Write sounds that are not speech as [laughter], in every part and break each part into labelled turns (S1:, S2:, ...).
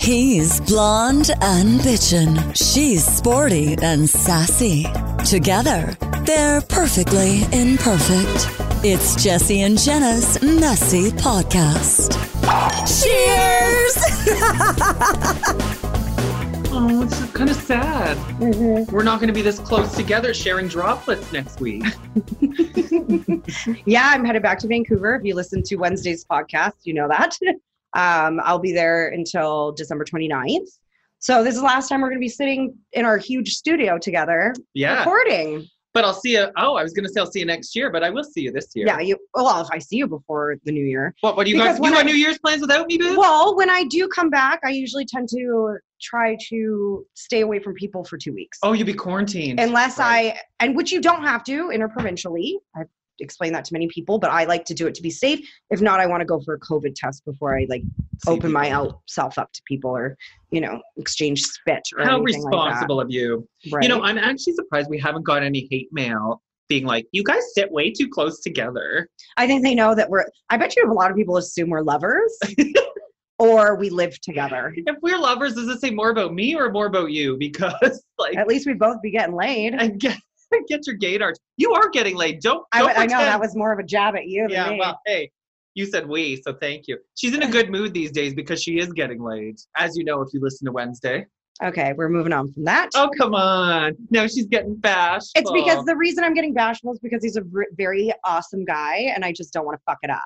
S1: He's blonde and bitchin'. She's sporty and sassy. Together, they're perfectly imperfect. It's Jesse and Jenna's messy podcast. Cheers!
S2: Oh, it's kind of sad.
S3: Mm-hmm.
S2: We're not going to be this close together sharing droplets next week. [laughs]
S3: Yeah, I'm headed back to Vancouver. If you listen to Wednesday's podcast, you know that. [laughs] Um, I'll be there until December 29th. So this is the last time we're going to be sitting in our huge studio together
S2: Yeah.
S3: recording.
S2: But I'll see you. Oh, I was going to say I'll see you next year, but I will see you this year.
S3: Yeah, you. Well, if I see you before the new year.
S2: What, what do you
S3: Because
S2: guys?
S3: when
S2: You
S3: I-
S2: got New Year's plans without me, boo?
S3: Well, when I do come back, I usually tend to try to stay away from people for two weeks,
S2: oh, you'll be quarantined.
S3: unless
S2: Right.
S3: I and which you don't have to interprovincially. I've explained that to many people, but I like to do it to be safe. If not, I want to go for a COVID test before I like
S2: See
S3: open my
S2: people.
S3: out self up to people or you know exchange spit or
S2: How
S3: anything
S2: responsible of you.
S3: like that, right?
S2: You know, I'm actually surprised we haven't got any hate mail being like, you guys sit way too close together.
S3: i think they know that we're i bet you a lot of people assume we're
S2: [laughs]
S3: lovers or we live together
S2: If we're lovers, does it say more about me or more about you? [laughs] Because, like,
S3: at least we'd both be getting laid
S2: I get, get your gate arch. You are getting laid. Don't,
S3: I,
S2: don't
S3: would- I know
S2: pretend
S3: that was more of a jab at you than
S2: Yeah,
S3: me
S2: well, hey, you said we, so thank you. She's
S3: [laughs]
S2: in a good mood these days because she is getting laid, as you know if you listen to Wednesday.
S3: okay we're moving on from that
S2: Oh, come on. No, she's getting bashful.
S3: it's because the reason i'm getting bashful is because he's a ver- very awesome guy and i just don't want to fuck it up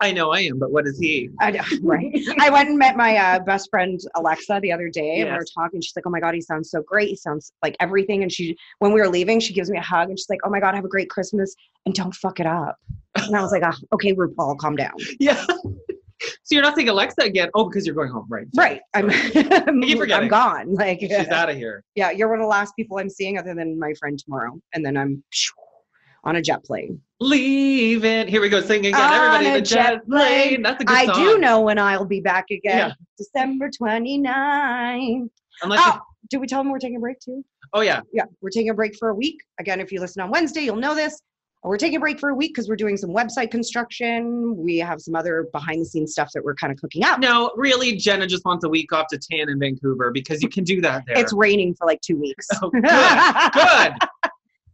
S2: I know I am, but what is he?
S3: I know, [laughs] right? I went and met my uh, best friend Alexa the other day, and we were
S2: Yes.
S3: talking. She's like, "Oh my god, he sounds so great. He sounds like everything." And she, when we were leaving, she gives me a hug, and she's like, "Oh my god, have a great Christmas, and don't fuck it up." And I was like, ah, "Okay, RuPaul, calm down."
S2: [laughs] Yeah. so you're not saying Alexa again? Oh, because you're going home, right?
S3: Right? I'm, [laughs] I'm,
S2: keep forgetting.
S3: I'm gone. Like,
S2: She's out of here.
S3: [laughs] yeah, you're one of the last people I'm seeing, other than my friend tomorrow, and then I'm on a jet plane.
S2: Leave it. Here we go. Sing again.
S3: On
S2: Everybody,
S3: a
S2: the jet
S3: jet plane.
S2: plane. That's a good
S3: I
S2: song.
S3: do know when I'll be back again,
S2: Yeah.
S3: December 29.
S2: Unless you-
S3: Oh, do we tell them we're taking a break too?
S2: oh, yeah.
S3: yeah, we're taking a break for a week. Again, if you listen on Wednesday, you'll know this. We're taking a break for a week because we're doing some website construction. We have some other behind the scenes stuff that we're kind of cooking up.
S2: No, really, Jenna just wants a week off to tan in Vancouver because you can do that there.
S3: It's raining for like two weeks.
S2: oh, good.
S3: [laughs] At
S2: good.
S3: [laughs]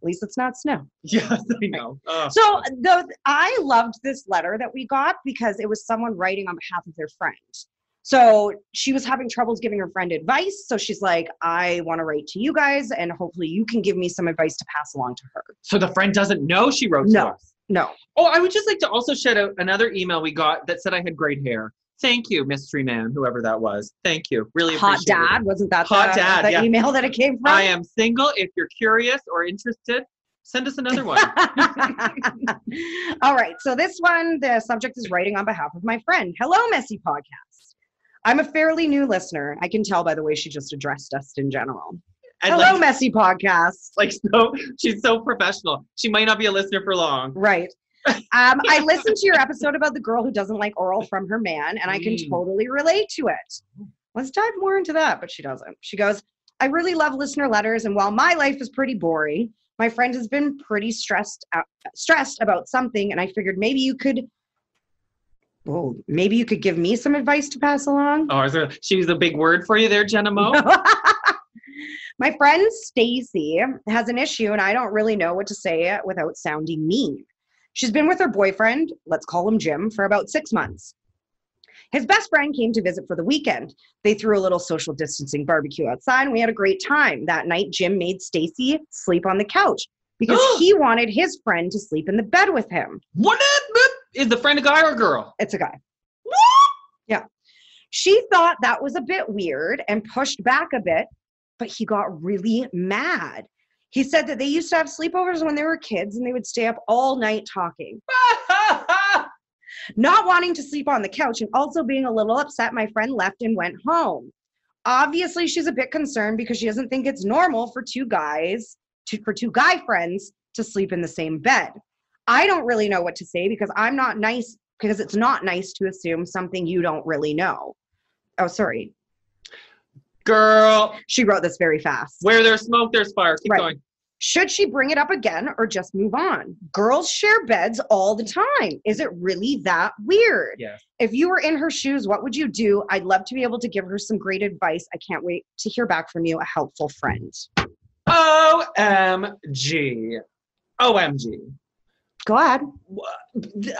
S3: least it's not snow.
S2: Yes, I know. Ugh.
S3: So, though I loved this letter that we got because it was someone writing on behalf of their friend. So she was having troubles giving her friend advice. So she's like, I want to write to you guys, and hopefully you can give me some advice to pass along to her.
S2: So the friend doesn't know she wrote
S3: No.
S2: to us.
S3: No,
S2: Oh, I would just like to also shout out another email we got that said I had great hair. Thank you, mystery man, whoever that was. Thank you. Really
S3: hot
S2: appreciate it.
S3: dad wasn't that
S2: Hot
S3: the,
S2: dad,
S3: the
S2: yeah.
S3: email that it came from?
S2: I am single. If you're curious or interested, send us another
S3: [laughs]
S2: one.
S3: [laughs] All right. So this one, the subject is writing on behalf of my friend. Hello, Messy Podcast. I'm a fairly new listener. I can tell by the way she just addressed us in general.
S2: And
S3: Hello,
S2: like,
S3: Messy Podcast.
S2: like so she's so professional. She might not be a listener for long.
S3: Right. Um, I listened to your episode about the girl who doesn't like oral from her man, and I can
S2: Mm.
S3: totally relate to it. Let's dive more into that, but she doesn't. She goes, I really love listener letters, and while my life is pretty boring, my friend has been pretty stressed out, stressed about something, and I figured maybe you could, well, maybe you could give me some advice to pass along.
S2: Oh, is there, she was a big word for you there, Jenna Mo.
S3: [laughs] My friend Stacy has an issue, and I don't really know what to say without sounding mean. She's been with her boyfriend, let's call him Jim, for about six months. His best friend came to visit for the weekend. They threw a little social distancing barbecue outside, and we had a great time. That night, Jim made Stacy sleep on the couch because he wanted his friend to sleep in the bed with him.
S2: What is the friend a guy or a girl? [laughs]
S3: It's a guy. yeah. She thought that was a bit weird and pushed back a bit, but he got really mad. He said that they used to have sleepovers when they were kids and they would stay up all night talking. Not wanting to sleep on the couch and also being a little upset, my friend left and went home. Obviously, she's a bit concerned because she doesn't think it's normal for two guys, to, for two guy friends to sleep in the same bed. I don't really know what to say because I'm not nice, because it's not nice to assume something you don't really know. Oh, sorry.
S2: Girl,
S3: She wrote this very fast.
S2: where there's smoke, there's fire. Keep
S3: Right.
S2: going.
S3: Should she bring it up again or just move on? Girls share beds all the time. Is it really that weird?
S2: Yes.
S3: If you were in her shoes, what would you do? I'd love to be able to give her some great advice. I can't wait to hear back from you, a helpful friend.
S2: OMG. OMG.
S3: Go ahead.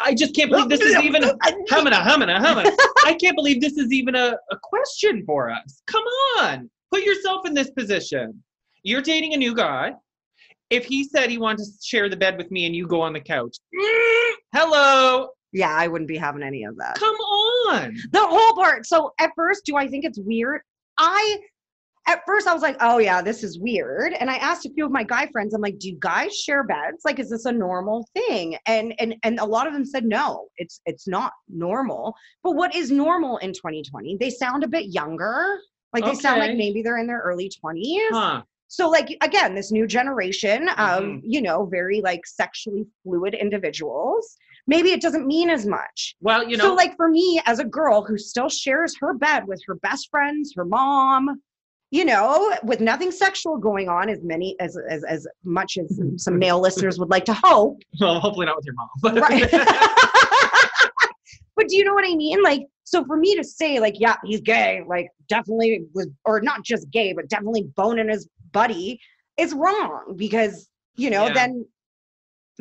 S2: I just can't believe this is even
S3: [laughs]
S2: humana, humana, humana. I can't believe this is even a, a question for us. Come on. Put yourself in this position. You're dating a new guy. If he said he wanted to share the bed with me and you go on the couch, mm, hello.
S3: Yeah, I wouldn't be having any of that.
S2: Come on.
S3: The whole part. So at first, do I think it's weird? I at first I was like, oh yeah, this is weird. And I asked a few of my guy friends, I'm like, do you guys share beds? Like, is this a normal thing? And and and a lot of them said no, it's it's not normal. But what is normal in 2020? They sound a bit younger. Like they sound like
S2: Okay.
S3: maybe they're in their early 20s.
S2: Huh.
S3: So like again, this new generation of,
S2: Mhm.
S3: you know, very like sexually fluid individuals, maybe it doesn't mean as much
S2: Well, you know,
S3: so like for me as a girl who still shares her bed with her best friends her mom you know with nothing sexual going on as many as as, as much
S2: [laughs]
S3: as some male listeners would like to hope
S2: well, hopefully not with your mom. But [laughs]
S3: right but do you know what i mean like so for me to say like yeah he's gay like definitely was or not just gay but definitely boning his buddy is wrong because you know
S2: Yeah.
S3: then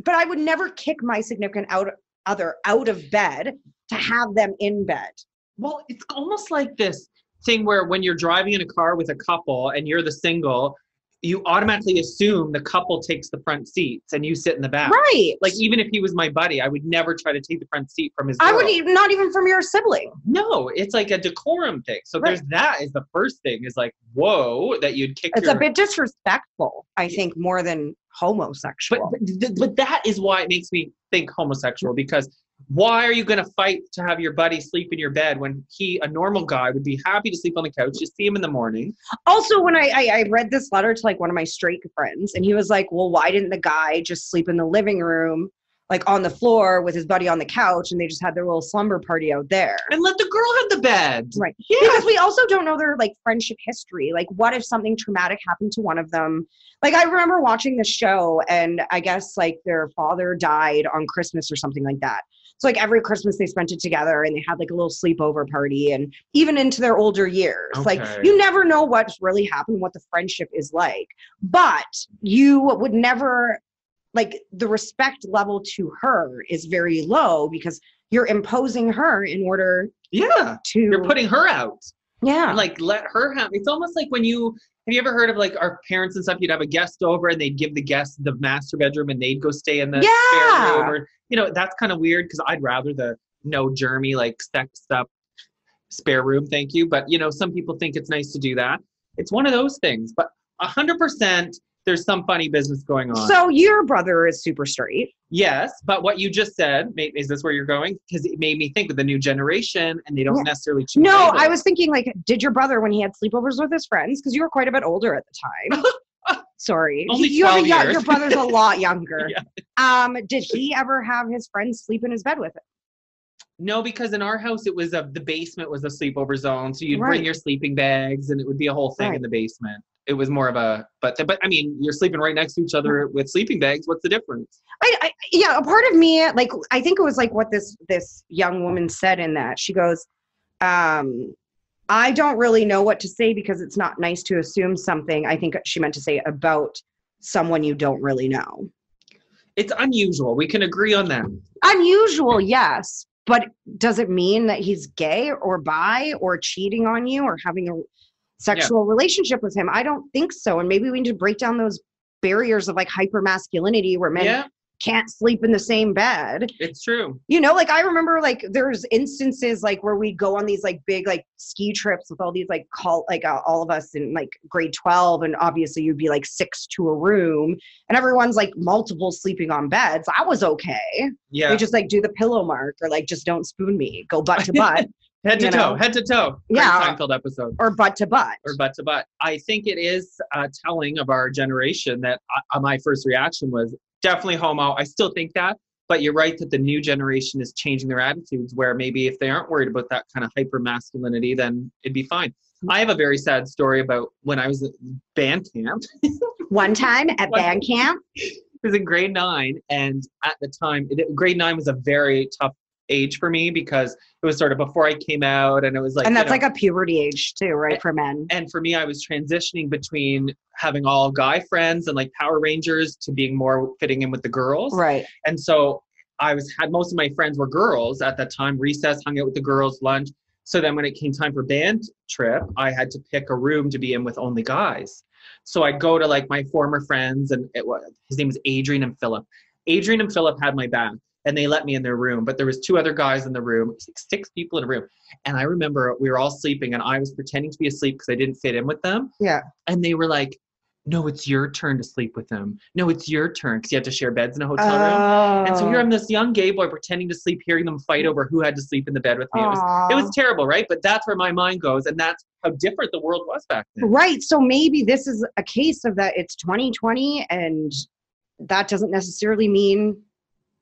S3: but i would never kick my significant out other out of bed to have them in bed
S2: Well, it's almost like this thing where when you're driving in a car with a couple and you're the single, you automatically assume the couple takes the front seats and you sit in the back.
S3: Right.
S2: Like even if he was my buddy, I would never try to take the front seat from his.
S3: I
S2: girl.
S3: would even, not even from your sibling.
S2: No, it's like a decorum thing. So
S3: Right.
S2: there's that is the first thing is like whoa that you'd kick.
S3: It's
S2: your,
S3: a bit disrespectful, I think, more than
S2: [laughs] But
S3: homosexual.
S2: but, th- but that is why it makes me think homosexual because why are you going to fight to have your buddy sleep in your bed when he a normal guy would be happy to sleep on the couch? You see him in the morning.
S3: also, when I, I I read this letter to like one of my straight friends, and he was like, "Well, why didn't the guy just sleep in the living room, like on the floor with his buddy on the couch, and they just had their little slumber party out there?"
S2: and let the girl have the bed.
S3: Right.
S2: Yeah.
S3: Because we also don't know their like friendship history. Like, what if something traumatic happened to one of them? Like, I remember watching the show, and I guess like their father died on Christmas or something like that. So like every Christmas they spent it together, and they had like a little sleepover party, and even into their older years,
S2: Okay.
S3: like you never know what's really happened, what the friendship is like. But you would never like the respect level to her is very low because you're imposing her in order
S2: Yeah.
S3: to
S2: You're putting her out.
S3: yeah
S2: Like let her have it's almost like when you have you ever heard of like our parents and stuff, you'd have a guest over and they'd give the guest the master bedroom and they'd go stay in the
S3: Yeah.
S2: spare room or you know, that's kinda weird because I'd rather the no germy, like sexed up spare room, thank you. But you know, some people think it's nice to do that. It's one of those things. But hundred percent there's some funny business going on.
S3: So your brother is super straight.
S2: Yes, but what you just said, ma- is this where you're going? Because it made me think of the new generation and they don't
S3: Yeah.
S2: necessarily choose.
S3: No,
S2: labels.
S3: I was thinking like, did your brother when he had sleepovers with his friends? Because you were quite a bit older at the
S2: [laughs]
S3: time. Sorry,
S2: Only
S3: you have a
S2: 12
S3: young-
S2: years.
S3: Your
S2: [laughs]
S3: brother's a lot younger.
S2: Yeah.
S3: Um, did he ever have his friends sleep in his bed with him?
S2: No, because in our house it was a the basement was a sleepover zone. So you'd bring
S3: Right.
S2: your sleeping bags and it would be a whole thing in
S3: Right.
S2: the basement. It was more of a but but I mean, you're sleeping right next to each other with sleeping bags. What's the difference?
S3: I, I yeah, a part of me like I think it was like what this this young woman said in that she goes, um, I don't really know what to say because it's not nice to assume something. I think she meant to say about someone you don't really know.
S2: It's unusual. We can agree on that.
S3: unusual, yes, but does it mean that he's gay or bi or cheating on you or having a sexual relationship with him? I don't think so. And maybe we need to break down those barriers of like hyper masculinity where men
S2: Yeah,
S3: can't sleep in the same bed.
S2: it's true.
S3: You know, like I remember like there's instances like where we'd go on these like big like ski trips with all these like call like uh, all of us in like grade 12 and obviously you'd be like six to a room and everyone's like multiple sleeping on beds. I was okay.
S2: Yeah.
S3: We just like do the pillow mark or like just don't spoon me, go butt to butt
S2: [laughs] head to
S3: you
S2: toe,
S3: know.
S2: head to toe. Great
S3: Yeah.
S2: Seinfeld episode.
S3: or butt to butt.
S2: or butt to butt. I think it is uh, telling of our generation that I, uh, my first reaction was definitely homo. I still think that, but you're right that the new generation is changing their attitudes where maybe if they aren't worried about that kind of hyper masculinity, then it'd be fine. I have a very sad story about when I was at band camp.
S3: One time at
S2: One-
S3: band camp,
S2: It was in grade nine, and at the time, it, grade nine was a very tough age for me because it was sort of before I came out, and it was like
S3: and
S2: you
S3: that's
S2: know,
S3: like a puberty age too, right? For men.
S2: and for me i was transitioning between having all guy friends and like power rangers to being more fitting in with the girls
S3: Right.
S2: and so i was had most of my friends were girls at that time recess hung out with the girls lunch so then when it came time for band trip i had to pick a room to be in with only guys so i'd go to like my former friends and it was his name was adrian and philip adrian and philip had my back and they let me in their room but there was two other guys in the room it was like six people in a room and i remember we were all sleeping and i was pretending to be asleep because i didn't fit in with them
S3: Yeah.
S2: and they were like no it's your turn to sleep with them no it's your turn because you have to share beds in a hotel room
S3: Oh.
S2: and so here I'm this young gay boy pretending to sleep, hearing them fight over who had to sleep in the bed with me. It was, it was terrible, right? But that's where my mind goes, and that's how different the world was back then.
S3: Right. So maybe this is a case of that it's 2020 and that doesn't necessarily mean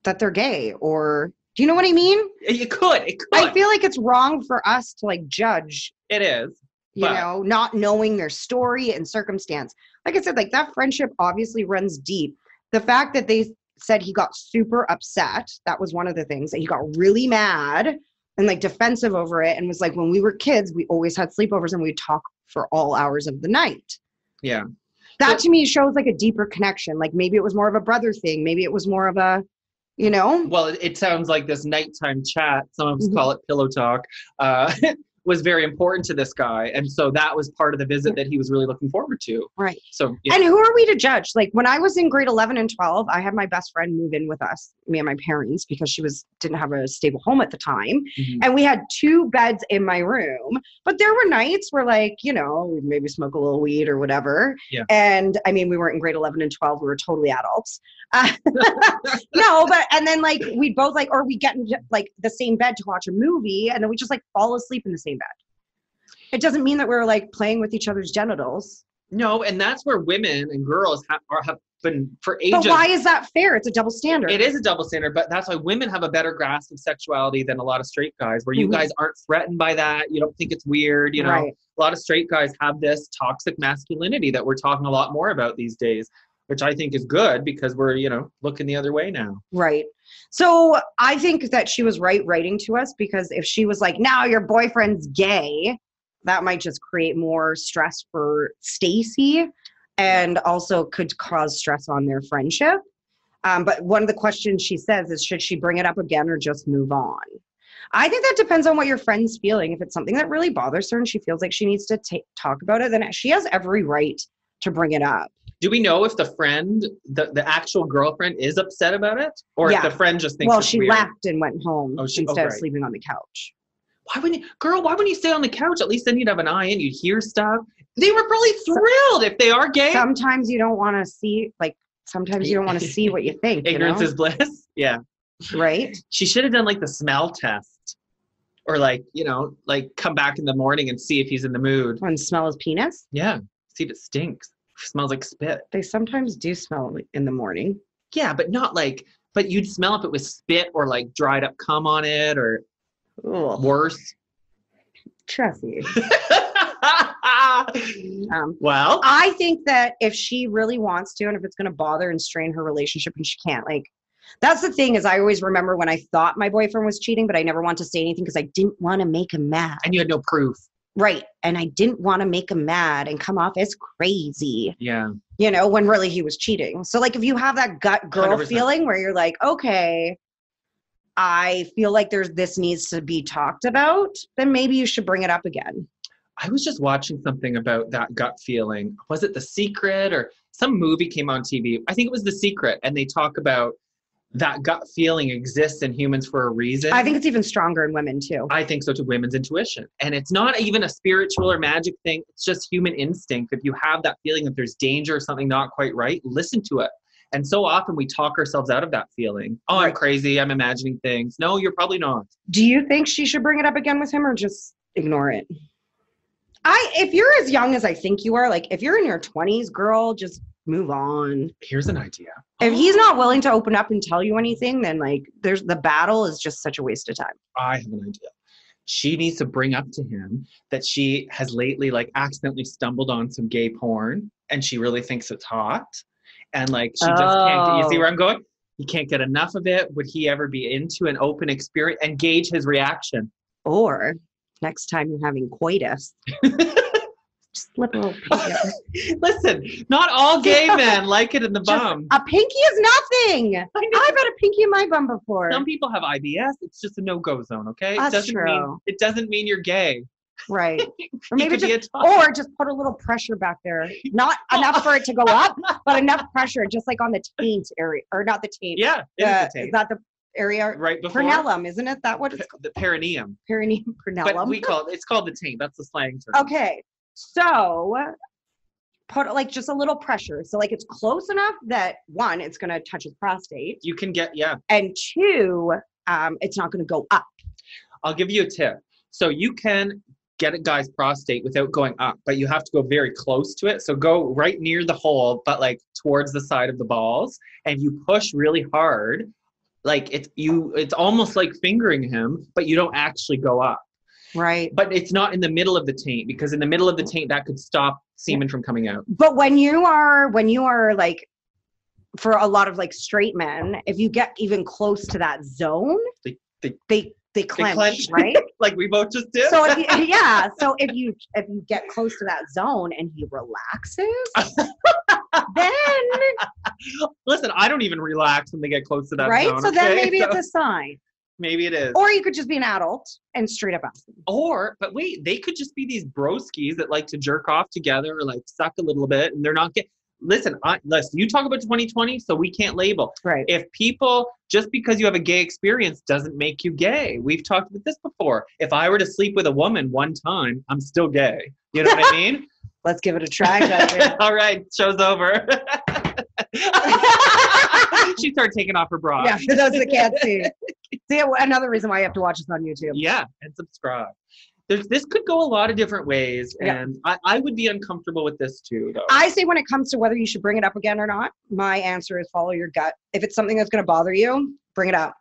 S3: that they're gay or do you know what I mean?
S2: You could, it could,
S3: I feel like it's wrong for us to like judge,
S2: it is.
S3: you
S2: But-
S3: know, not knowing their story and circumstance. Like I said, like that friendship obviously runs deep. The fact that they said he got super upset, that was one of the things that he got really mad and like defensive over it and was like, when we were kids, we always had sleepovers and we would talk for all hours of the night.
S2: Yeah,
S3: that to me shows like a deeper connection like maybe it was more of a brother thing maybe it was more of a you know
S2: well, it, it sounds like this nighttime chat. Some
S3: Mm-hmm.
S2: of us call it pillow talk. Uh, [laughs] was very important to this guy, and so that was part of the visit that he was really looking forward to.
S3: right
S2: So yeah,
S3: and who are we to judge like when i was in grade 11 and 12 i had my best friend move in with us me and my parents because she was didn't have a stable home at the time
S2: mhm.
S3: and we had two beds in my room but there were nights where like you know we'd maybe smoke a little weed or whatever
S2: Yeah.
S3: and i mean we weren't in grade 11 and 12 we were totally
S2: [laughs]
S3: adults [laughs] Uh, no but and then like we'd both like or we get in like the same bed to watch a movie and then we just like fall asleep in the same bed it doesn't mean that we were like playing with each other's genitals
S2: no, and that's where women and girls have, are, have been for ages.
S3: but why is that fair it's a double standard
S2: It is a double standard, but that's why women have a better grasp of sexuality than a lot of straight guys, where you
S3: Mhm.
S2: guys aren't threatened by that. You don't think it's weird. You know,
S3: right
S2: a lot of straight guys have this toxic masculinity that we're talking a lot more about these days, which I think is good because we're, you know, looking the other way now.
S3: Right. So I think that she was right writing to us because if she was like, now your boyfriend's gay, that might just create more stress for Stacy and also could cause stress on their friendship. Um, but one of the questions she says is should she bring it up again or just move on? I think that depends on what your friend's feeling. If it's something that really bothers her and she feels like she needs to ta talk about it, then she has every right to bring it up.
S2: Do we know if the friend, the, the actual girlfriend, is upset about it, or
S3: Yeah.
S2: if the friend just thinks?
S3: Well,
S2: it's
S3: she
S2: weird?
S3: left and went home
S2: Oh, she- oh,
S3: instead of
S2: right.
S3: sleeping on the couch.
S2: Why wouldn't you, girl? Why wouldn't you stay on the couch? At least then you'd have an eye and you'd hear stuff. They were probably thrilled if they are gay.
S3: sometimes you don't want to see like sometimes you don't want to
S2: [laughs]
S3: see what you think you
S2: Ignorance
S3: know?
S2: is bliss. [laughs] Yeah.
S3: right
S2: she should have done like the smell test or like you know like come back in the morning and see if he's in the mood
S3: and smell his penis
S2: yeah see if it stinks smells like spit
S3: they sometimes do smell it in the morning
S2: yeah but not like but you'd smell if it was spit or like dried up cum on it or
S3: Ugh.
S2: worse [laughs]
S3: Tressy. um
S2: well
S3: i think that if she really wants to and if it's going to bother and strain her relationship and she can't like that's the thing is i always remember when i thought my boyfriend was cheating but i never want to say anything because i didn't want to make him mad
S2: and you had no proof
S3: right and i didn't want to make him mad and come off as crazy
S2: yeah
S3: you know, when really he was cheating. So, like, if you have that gut girl
S2: 100%.
S3: feeling where you're like, okay, I feel like there's this needs to be talked about, then maybe you should bring it up again.
S2: i was just watching something about that gut feeling was it the secret or some movie came on tv i think it was the secret and they talk about that gut feeling exists in humans for a reason
S3: I think it's even stronger in women too.
S2: I think so to women's intuition. And it's not even a spiritual or magic thing, it's just human instinct. If you have that feeling that there's danger or something not quite right, listen to it. And so often we talk ourselves out of that feeling. Oh, I'm
S3: Right.
S2: crazy. I'm imagining things. No, you're probably not.
S3: Do you think she should bring it up again with him or just ignore it? I, if you're as young as I think you are, like, if you're in your 20s, girl, just move on.
S2: Here's an idea.
S3: If he's not willing to open up and tell you anything, then like, there's the battle is just such a waste of time.
S2: I have an idea. she needs to bring up to him that she has lately like accidentally stumbled on some gay porn and she really thinks it's hot and like she just can't get, you see
S3: Oh.
S2: where i'm going he can't get enough of it would he ever be into an open experience and gauge his reaction
S3: Or next time you're having
S2: [laughs]
S3: coitus, just slip a little pinky up.
S2: listen not all
S3: [laughs]
S2: gay men like it in the
S3: Just
S2: bum
S3: A pinky is nothing.
S2: I know.
S3: I've had a pinky in my bum before.
S2: some people have IBS. It's just a no-go zone, okay?
S3: That's
S2: it doesn't mean
S3: true.
S2: it doesn't mean you're gay. [laughs]
S3: Right. Or
S2: You
S3: maybe
S2: could
S3: just
S2: be a top-
S3: or just put a little pressure back there.
S2: [laughs]
S3: Not enough for it to go up, but enough pressure, just like on the taint area, or not the taint.
S2: yeah, it is
S3: the,
S2: a taint.
S3: is that the area?
S2: right before
S3: Pernellum, isn't it? That what
S2: p-
S3: it's called?
S2: the perineum.
S3: Perineum
S2: But
S3: pernellum.
S2: we call it it's called the taint. That's the slang term.
S3: okay, so put like just a little pressure. So like it's close enough that one, it's going to touch his prostate,
S2: You can get yeah.
S3: and two, um, it's not going to go up.
S2: I'll give you a tip. So you can get a guy's prostate without going up, but you have to go very close to it. So go right near the hole, but like towards the side of the balls, and you push really hard. Like it's you, it's almost like fingering him, but you don't actually go up.
S3: Right.
S2: But it's not in the middle of the taint because in the middle of the taint that could stop semen from coming out.
S3: but when you are when you are like for a lot of like straight men if you get even close to that zone
S2: They- they-
S3: they, they clench,
S2: clench. [laughs]
S3: right
S2: Like we both just did.
S3: so if you, yeah so if you if you get close to that zone and he
S2: [laughs]
S3: relaxes then
S2: [laughs] Listen, I don't even relax when they get close to that.
S3: right
S2: zone,
S3: so then
S2: okay? [laughs]
S3: maybe
S2: So
S3: it's a sign
S2: maybe it is. Or,
S3: or you could just be an adult and straight up ask him.
S2: but wait, they could just be these broskies that like to jerk off together or like suck a little bit, and they're not get. Listen, I, listen. You talk about 2020, so we can't label.
S3: right
S2: If people just because you have a gay experience doesn't make you gay, we've talked about this before. If I were to sleep with a woman one time, I'm still gay. You know what I mean?
S3: let's give it a try Jeffrey.
S2: [laughs]
S3: [laughs]
S2: All right, show's over. [laughs] she started taking off her bra.
S3: yeah for those that can't see see uh, another reason why you have to watch this on youtube
S2: Yeah, and subscribe. There's, this could go a lot of different ways,
S3: Yeah.
S2: and I, I would be uncomfortable with this too, though.
S3: I say when it comes to whether you should bring it up again or not, my answer is follow your gut. If it's something that's going to bother you, bring it up.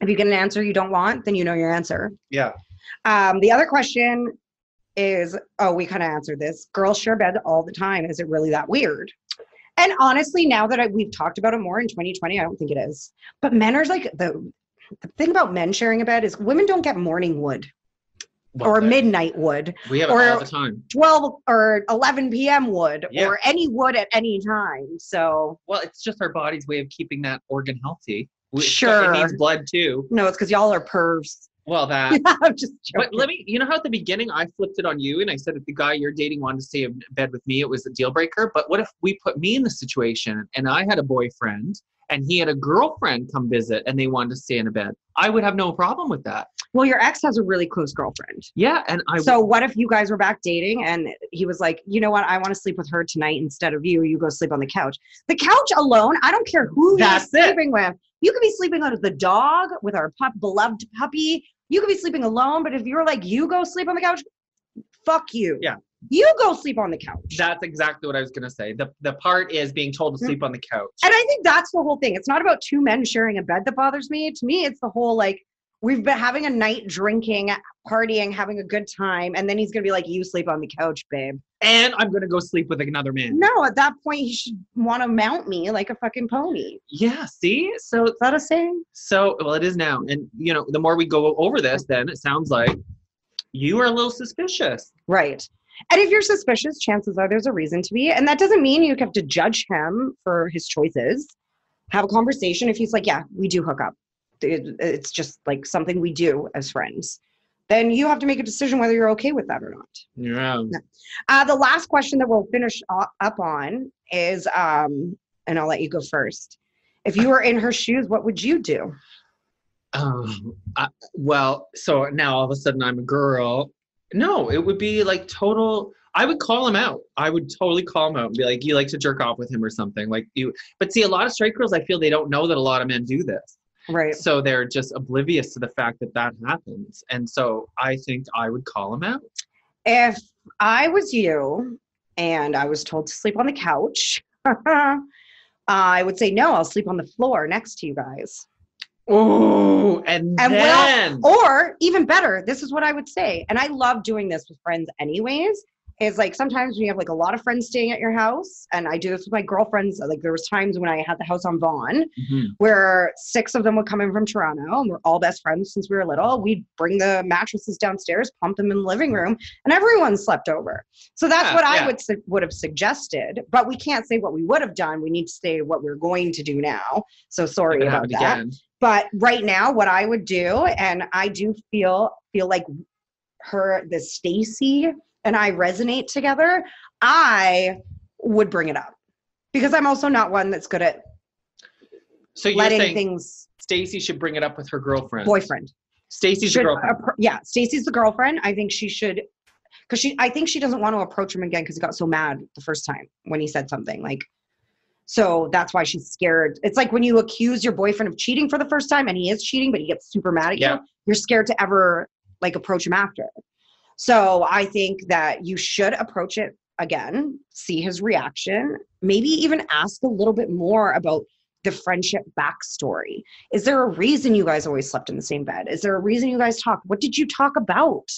S3: If you get an answer you don't want, then you know your answer.
S2: yeah,
S3: Um, the other question is oh, we kind of answered this. Girls share bed all the time. Is it really that weird? And honestly, now that I, we've talked about it more in 2020, I don't think it is. But men are like the, the thing about men sharing a bed is women don't get morning wood
S2: Well,
S3: or
S2: there-
S3: midnight wood
S2: we have it
S3: or-
S2: all the time.
S3: 12 or 11 p.m. wood
S2: Yeah.
S3: or any wood at any time. So,
S2: Well, it's just our body's way of keeping that organ healthy. We-
S3: Sure.
S2: it needs blood too.
S3: no, it's because y'all are pervs. [laughs]
S2: Well, that.
S3: I'm just joking.
S2: But let me, you know how at the beginning I flipped it on you and I said if the guy you're dating wanted to stay in bed with me, it was a deal breaker. But what if we put me in the situation and I had a boyfriend and he had a girlfriend come visit and they wanted to stay in a bed? I would have no problem with that.
S3: Well, your ex has a really close girlfriend.
S2: Yeah, and I
S3: so, what if you guys were back dating and he was like, you know what? I want to sleep with her tonight instead of you. You go sleep on the couch. The couch alone, I don't care who
S2: That's
S3: you're
S2: it.
S3: sleeping with. You could be sleeping with the dog, with our pup, beloved puppy. You could be sleeping alone. But if you're like, you go sleep on the couch, fuck you.
S2: Yeah.
S3: You go sleep on the couch.
S2: that's exactly what I was gonna say. The the part is being told
S3: Mm.
S2: to sleep on the couch.
S3: And I think that's the whole thing. It's not about two men sharing a bed that bothers me. To me, it's the whole like, we've been having a night drinking, partying, having a good time. And then he's going to be like, you sleep on the couch, babe.
S2: And I'm gonna go sleep with another man.
S3: No, at that point, he should want to mount me like a fucking pony. Is
S2: Yeah, see? So
S3: that a saying?
S2: so well it is now. And you know, the more we go over this, then it sounds like you are a little suspicious.
S3: Right. And if you're suspicious, chances are there's a reason to be. And that doesn't mean you have to judge him for his choices. Have a conversation if he's like, yeah, we do hook up. It- It's just like something we do as friends. Then you have to make a decision whether you're okay with that or not.
S2: Yeah.
S3: Uh, the last question that we'll finish o- up on is, um, and I'll let you go first. If you were in her shoes, what would you do?
S2: Um, I, well, so now all of a sudden I'm a girl. No, it would be like total. I would call him out. I would totally call him out and be like, "You like to jerk off with him or something?" Like you. But see, a lot of straight girls, I feel they don't know that a lot of men do this.
S3: Right.
S2: So they're just oblivious to the fact that that happens. And so I think I would call him out.
S3: If I was you and I was told to sleep on the [laughs] couch, I would say, no, I'll sleep on the floor next to you guys.
S2: Ooh, and,
S3: And
S2: then
S3: well, or even better, this is what I would say. And I love doing this with friends, anyways. Is like sometimes when you have like a lot of friends staying at your house, and I do this with my girlfriends. Like there was times when I had the house on Vaughn,
S2: Mhm.
S3: where six of them would come in from Toronto, and we're all best friends since we were little. We'd bring the mattresses downstairs, pump them in the living room, and everyone slept over. So that's
S2: Yeah,
S3: what I
S2: yeah.
S3: would su- would have suggested, but we can't say what we would have done. We need to say what we're going to do now. So
S2: If
S3: sorry
S2: it
S3: about
S2: happened
S3: that.
S2: again.
S3: But right now, what I would do, and I do feel feel like her, the Stacy, and I resonate together. I would bring it up because I'm also not one that's good at
S2: So you're
S3: letting
S2: saying
S3: things
S2: Stacy should bring it up with her girlfriend.
S3: boyfriend.
S2: Stacy's your
S3: Should-
S2: girlfriend.
S3: appro- yeah, Stacy's the girlfriend. I think she should because she I think she doesn't want to approach him again because he got so mad the first time when he said something. Like so that's why she's scared. It's like when you accuse your boyfriend of cheating for the first time and he is cheating, but he gets super mad at
S2: Yeah.
S3: you, you're scared to ever like approach him after. So I think that you should approach it again, see his reaction, maybe even ask a little bit more about the friendship backstory. Is there a reason you guys always slept in the same bed? Is there a reason you guys talk? What did you talk about?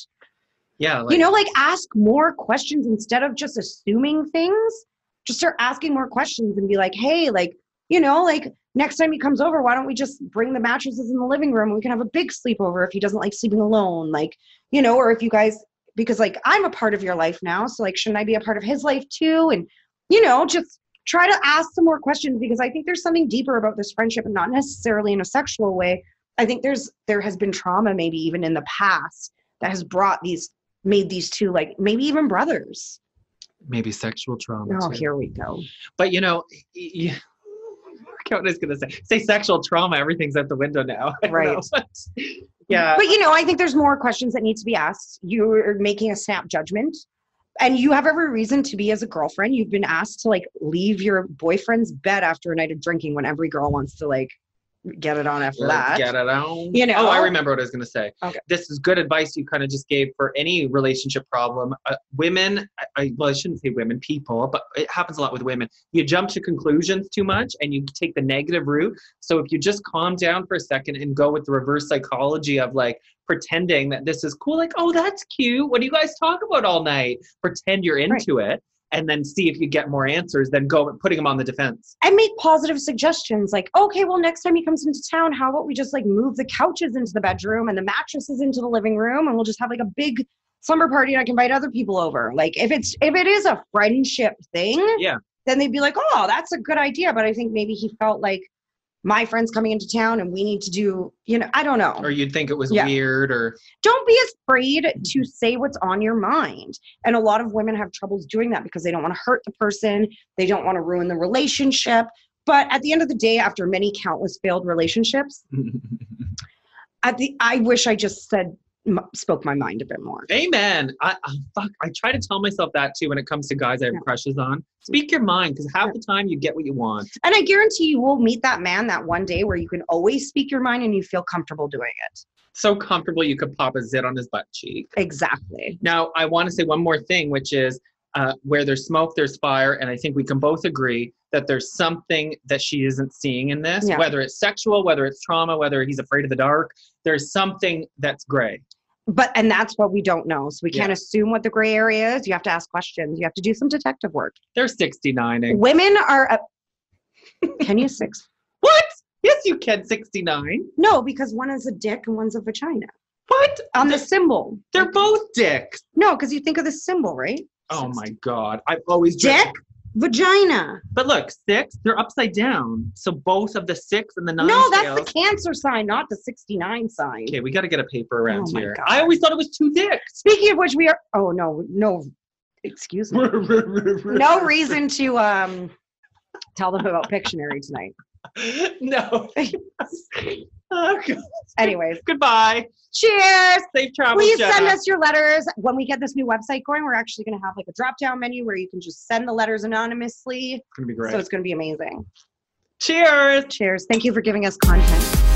S2: yeah, like,
S3: you know, like ask more questions instead of just assuming things. Just start asking more questions and be like, hey, like, you know, like next time he comes over, why don't we just bring the mattresses in the living room? We can have a big sleepover if he doesn't like sleeping alone. Like, you know, or if you guys, because like I'm a part of your life now. So like, shouldn't I be a part of his life too? And, you know, just try to ask some more questions because I think there's something deeper about this friendship and not necessarily in a sexual way. I think there's, there has been trauma maybe even in the past that has brought these made these two like maybe even brothers.
S2: maybe sexual trauma.
S3: Oh,
S2: too.
S3: here we go.
S2: But you know, y- [laughs] y- I was gonna say say sexual trauma. Everything's out the window now. [laughs] I don't
S3: Right.
S2: know. yeah.
S3: But you know, I think there's more questions that need to be asked. You're making a snap judgment and you have every reason to be as a girlfriend. You've been asked to like leave your boyfriend's bed after a night of drinking when every girl wants to like get it on after
S2: Let's
S3: that.
S2: Get it on.
S3: You know?
S2: Oh, I remember what I was going to say.
S3: Okay.
S2: This is good advice you kind of just gave for any relationship problem. Uh, women, I, I, well, I shouldn't say women, people, but it happens a lot with women. You jump to conclusions too much and you take the negative route. So if you just calm down for a second and go with the reverse psychology of like pretending that this is cool, like, oh, that's cute. What do you guys talk about all night? Pretend you're into it. And then see if you get more answers than go putting them on the defense.
S3: And make positive suggestions like, okay, well, next time he comes into town, how about we just like move the couches into the bedroom and the mattresses into the living room and we'll just have like a big slumber party and I can invite other people over. Like if it's if it is a friendship thing,
S2: Yeah.
S3: then they'd be like, oh, that's a good idea. But I think maybe he felt like my friend's coming into town and we need to do, you know, I don't know
S2: Or you'd think it was
S3: Yeah.
S2: weird or [laughs]
S3: don't be afraid to say what's on your mind. And a lot of women have troubles doing that because they don't want to hurt the person, they don't want to ruin the relationship. But at the end of the day, after many countless failed relationships, at the I wish I just said m- spoke my mind a bit more.
S2: Amen. I, I fuck. I try to tell myself that too when it comes to guys I have
S3: Yeah.
S2: crushes on. Speak your mind, because half the time you get what you want.
S3: And I guarantee you will meet that man that one day where you can always speak your mind and you feel comfortable doing it.
S2: So comfortable you could pop a zit on his butt cheek.
S3: Exactly.
S2: Now I want to say one more thing, which is uh, where there's smoke, there's fire, and I think we can both agree that there's something that she isn't seeing in this.
S3: Yeah.
S2: Whether it's sexual, whether it's trauma, whether he's afraid of the dark, there's something that's gray.
S3: But and that's what we don't know. So we can't
S2: Yeah.
S3: assume what the gray area is. You have to ask questions. You have to do some detective work.
S2: They're 69ing.
S3: Women are. A- [laughs] Can you six?
S2: What? Yes, you can 69.
S3: No, because one is a dick and one's a vagina
S2: What?
S3: on the symbol.
S2: They're both dicks.
S3: No, because you think of the symbol, right?
S2: Oh my god. I've always
S3: Dick, vagina.
S2: But look, six, they're upside down. So both of the six and the nine.
S3: no, that's
S2: scales-
S3: the cancer sign, not the 69 sign.
S2: Okay, we gotta get a paper around
S3: Oh my
S2: here.
S3: God.
S2: I always thought it was two dicks. [laughs]
S3: Speaking of which, we are. Oh, no, no. Excuse me. [laughs] no reason to um tell them about Pictionary tonight.
S2: [laughs] No. [laughs] Oh, God.
S3: Anyways,
S2: Goodbye.
S3: [laughs] cheers.
S2: Safe travels.
S3: Please send
S2: Jenna.
S3: us your letters. When we get this new website going, we're actually going to have like a drop down menu where you can just send the letters anonymously.
S2: It's gonna be
S3: So
S2: great.
S3: it's going to be amazing.
S2: Cheers.
S3: Cheers. Thank you for giving us content.